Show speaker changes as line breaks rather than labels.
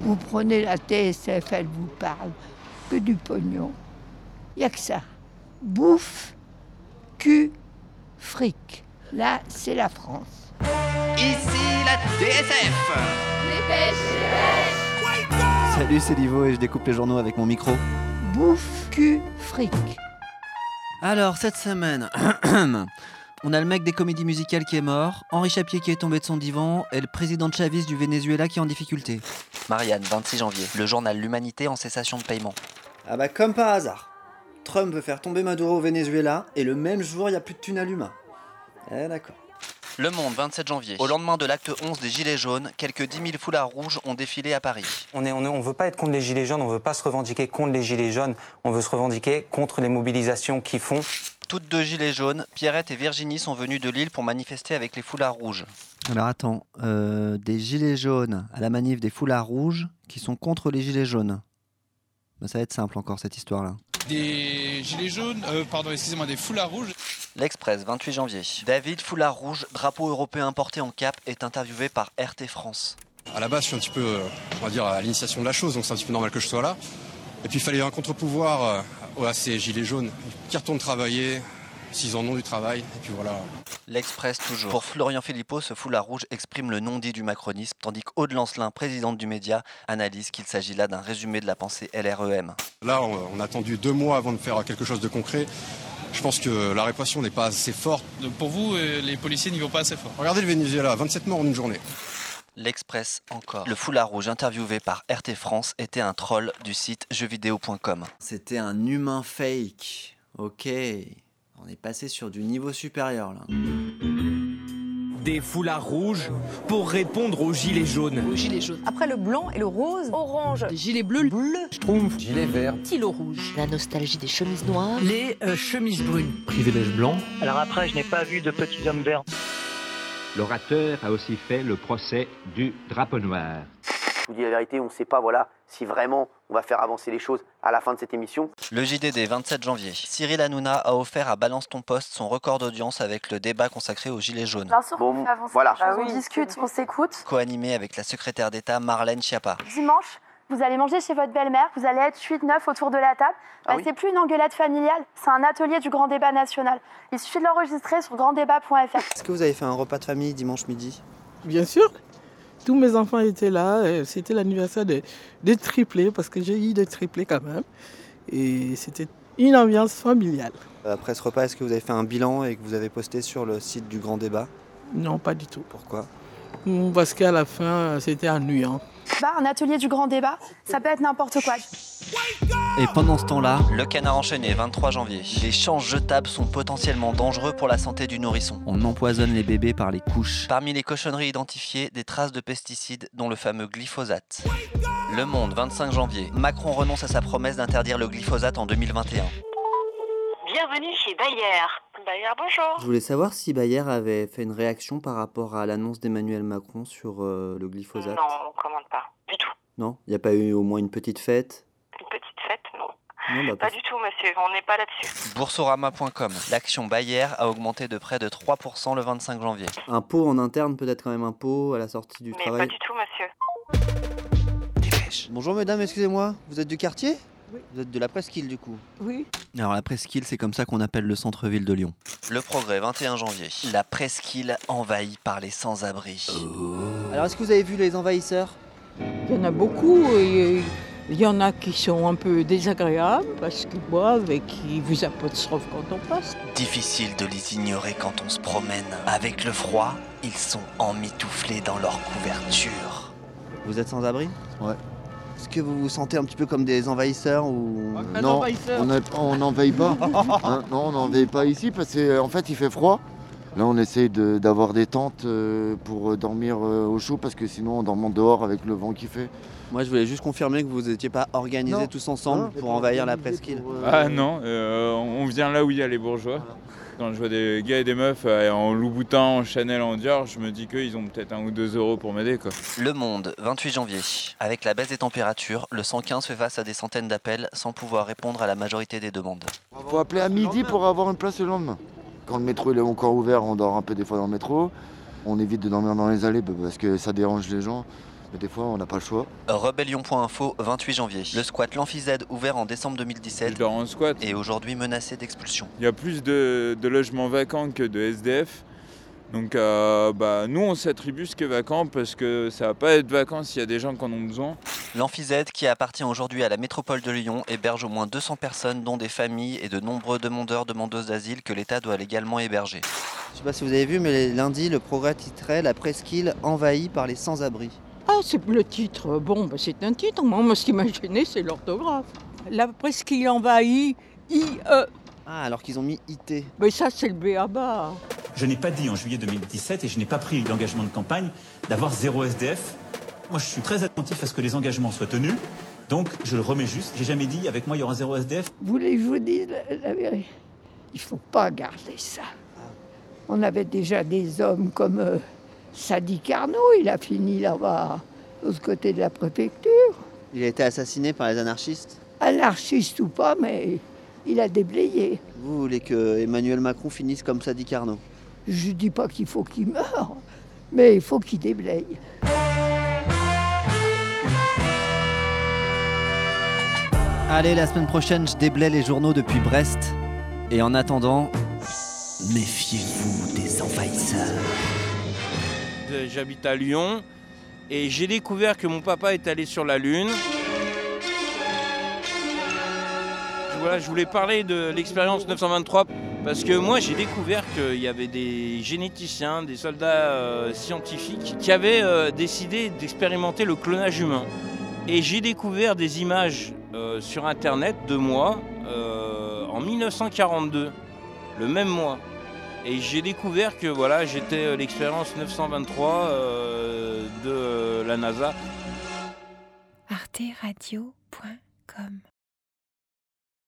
Vous prenez la TSF, elle vous parle que du pognon. Il n'y a que ça. Bouffe, cul, fric. Là, c'est la France.
Ici la TSF
Salut, c'est Livo et je découpe les journaux avec mon micro.
Bouffe, cul, fric.
Alors, cette semaine, on a le mec des comédies musicales qui est mort, Henri Chapier qui est tombé de son divan et le président Chavez du Venezuela qui est en difficulté.
Marianne, 26 janvier, le journal L'Humanité en cessation de paiement.
Ah bah, comme par hasard. Trump veut faire tomber Maduro au Venezuela et le même jour, il n'y a plus de thunes à l'humain. Eh, d'accord.
Le Monde, 27 janvier. Au lendemain de l'acte 11 des Gilets jaunes, quelques 10 000 foulards rouges ont défilé à Paris.
On ne on est- on veut pas être contre les gilets jaunes, on veut pas se revendiquer contre les gilets jaunes, on veut se revendiquer contre les mobilisations qu'ils font.
Toutes deux Gilets jaunes, Pierrette et Virginie sont venues de Lille pour manifester avec les foulards rouges.
Alors attends, euh, des gilets jaunes à la manif des foulards rouges qui sont contre les gilets jaunes. Bah, ça va être simple encore cette histoire-là.
des gilets jaunes, euh, pardon, excusez-moi, des foulards rouges
L'Express, 28 janvier. David Foulard Rouge, drapeau européen porté en cap, est interviewé par RT France.
À la base, je suis un petit peu, euh, on va dire, à l'initiation de la chose, donc c'est un petit peu normal que je sois là. Et puis, il fallait un contre-pouvoir euh, à ces gilets jaunes qui retournent travailler, s'ils en ont du travail, et puis voilà.
L'Express toujours. Pour Florian Philippot, ce foulard rouge exprime le non-dit du macronisme, tandis qu'Aude Lancelin, présidente du média, analyse qu'il s'agit là d'un résumé de la pensée E LREM.
Là, on, on a attendu deux mois avant de faire quelque chose de concret. Je pense que la répression n'est pas assez forte.
Donc pour vous, euh, les policiers n'y vont pas assez fort.
Regardez le Venezuela, 27 morts en une journée.
L'Express encore. Le foulard rouge interviewé par RT France était un troll du site jeuxvideo.com.
C'était un humain fake. Ok. On est passé sur du niveau supérieur là.
Des foulards rouges pour répondre aux gilets jaunes.
gilet jaune,
Ah,
Après le blanc et le rose,
orange, gilet bleu, bleu,
Gilets verts.
stylo rouge.
la nostalgie des chemises noires,
Les euh, chemises brunes.
privilège blanc.
Alors après, je n'ai pas vu de petits hommes verts.
L'orateur a aussi fait le procès du drapeau noir.
Je vous dis la vérité, on ne sait pas voilà, si vraiment on va faire avancer les choses à la fin de cette émission.
Le JDD 27 janvier. Cyril Hanouna a offert à Balance ton poste son record d'audience avec le débat consacré aux gilets jaunes.
Bien sûr
Bon,
qu'on fait avancer
voilà.
Bah
les choses, on discute, on s'écoute.
Co-animé avec la secrétaire d'État Marlène Schiappa.
Dimanche, vous allez manger chez votre belle-mère, vous allez être 8-9 autour de la table.
Ah
Bah,
oui.
C'est plus une engueulade familiale, c'est un atelier du grand débat national. Il suffit de l'enregistrer sur granddébat.fr.
Est-ce que vous avez fait un repas de famille dimanche midi
Bien sûr. Tous mes enfants étaient là. euh, C'était l'anniversaire des des triplés, parce que j'ai eu des triplés quand même. Et c'était une ambiance familiale.
Euh, Après ce repas, est-ce que vous avez fait un bilan et que vous avez posté sur le site du Grand Débat
Non, pas du tout.
Pourquoi
Mm, Parce qu'à la fin, euh, c'était ennuyant.
Bah, un atelier du grand débat, ça peut être n'importe quoi.
Et pendant ce temps-là,
Le canard enchaîné 23 janvier. Les champs jetables sont potentiellement dangereux pour la santé du nourrisson.
on empoisonne les bébés par les couches.
Parmi les cochonneries identifiées, des traces de pesticides, dont le fameux glyphosate. Le Monde, 25 janvier. Macron renonce à sa promesse d'interdire le glyphosate en 2021.
Bienvenue chez Bayard. Bayard, bonjour.
Je voulais savoir si Bayer avait fait une réaction par rapport à l'annonce d'Emmanuel Macron sur euh, le glyphosate.
Non, on commande pas. Du tout.
Non Il n'y a pas eu au moins une petite fête
Une petite fête, non.
Non, bah,
Ah.
Pas du tout, monsieur. On n'est pas là-dessus.
Boursorama.com. L'action Bayer a augmenté de près de 3% le 25 janvier.
Un pot en interne, peut-être quand même un pot à la sortie du
Mais pas
travail.
du tout, monsieur.
Bonjour mesdames, excusez-moi, vous êtes du quartier
Oui.
Vous êtes de la presqu'île du coup
Oui.
Alors la presqu'île, c'est comme ça qu'on appelle le centre-ville de Lyon.
Le Progrès, 21 janvier. La presqu'île envahie par les sans-abri.
Alors est-ce que vous avez vu les envahisseurs
Il y en a beaucoup. et euh, Il y en a qui sont un peu désagréables parce qu'ils boivent et qui vous apostrophent quand on passe.
Difficile de les ignorer quand on se promène. Avec le froid, ils sont emmitouflés dans leur couverture.
Vous êtes sans abri Ouais. Est-ce que vous vous sentez un petit peu comme des envahisseurs ou
Non,
On n'enveille pas. Hein, non, on n'enveille pas ici parce qu'en en fait il fait froid. Là on essaye de- d'avoir des tentes euh, pour dormir euh, au chaud parce que sinon on dort dehors avec le vent qui fait.
Moi je voulais juste confirmer que vous n'étiez pas organisés
Non.
tous ensemble
Hein,
pour envahir la
organisé
presqu'île.
pour, euh,
Ah non, euh, on vient là où il y a les bourgeois. Quand je vois des gars et des meufs euh, en Louboutin, en Chanel, en Dior, je me dis qu'ils ont peut-être un ou deux euros pour m'aider quoi.
Le Monde, 28 janvier. Avec la baisse des températures, le 115 fait face à des centaines d'appels sans pouvoir répondre à la majorité des demandes.
Faut appeler à midi pour avoir une place le lendemain. Quand le métro il est encore ouvert, on dort un peu des fois dans le métro. On évite de dormir dans les allées bah, parce que ça dérange les gens. Mais des fois, on n'a pas le choix.
Rebellion.info, 28 janvier. Le squat L'Amphizède, ouvert en décembre 2017, est aujourd'hui menacé d'expulsion.
Il y a plus de, de logements vacants que de SDF. Donc euh, bah, nous, on s'attribue ce qui est vacant parce que ça va pas être vacant s'il y a des gens qui en ont besoin.
L'Amphizède, qui appartient aujourd'hui à la métropole de Lyon, héberge au moins 200 personnes, dont des familles et de nombreux demandeurs, demandeuses d'asile que l'État doit légalement héberger.
Je sais pas si vous avez vu, mais les- lundi, le progrès titrait La presqu'île envahie par les sans-abri.
Ah, c'est le titre. Bon, bah, c'est un titre. Moi, moi, ce qui m'a gêné, c'est l'orthographe. La presqu'île envahit, I-E.
Ah, alors qu'ils ont mis IT.
Mais ça, c'est le B.A.B.A.
Je n'ai pas dit en juillet 2017 et je n'ai pas pris l'engagement de campagne d'avoir zéro SDF. Moi, je suis très attentif à ce que les engagements soient tenus. Donc, je le remets juste. J'ai jamais dit avec moi il y aura zéro SDF.
Vous voulez que je vous dise la, la vérité Il ne faut pas garder ça. On avait déjà des hommes comme euh, Sadi Carnot, il a fini là-bas, de ce côté de la préfecture.
Il a été assassiné par les anarchistes.
Anarchiste ou pas, mais il a déblayé.
Vous voulez que Emmanuel Macron finisse comme ça dit Carnot
Je ne dis pas qu'il faut qu'il meure, mais il faut qu'il déblaye.
Allez, la semaine prochaine, je déblaye les journaux depuis Brest. Et en attendant, méfiez-vous des envahisseurs.
Euh, J'habite à Lyon et j'ai découvert que mon papa est allé sur la Lune. Voilà, je voulais parler de l'expérience 923 parce que moi j'ai découvert qu'il y avait des généticiens, des soldats euh, scientifiques qui avaient euh, décidé d'expérimenter le clonage humain. Et j'ai découvert des images euh, sur internet de moi euh, en 1942, le même mois. Et j'ai découvert que voilà, j'étais euh, l'expérience 923 euh, de euh, la NASA.
arteradio.com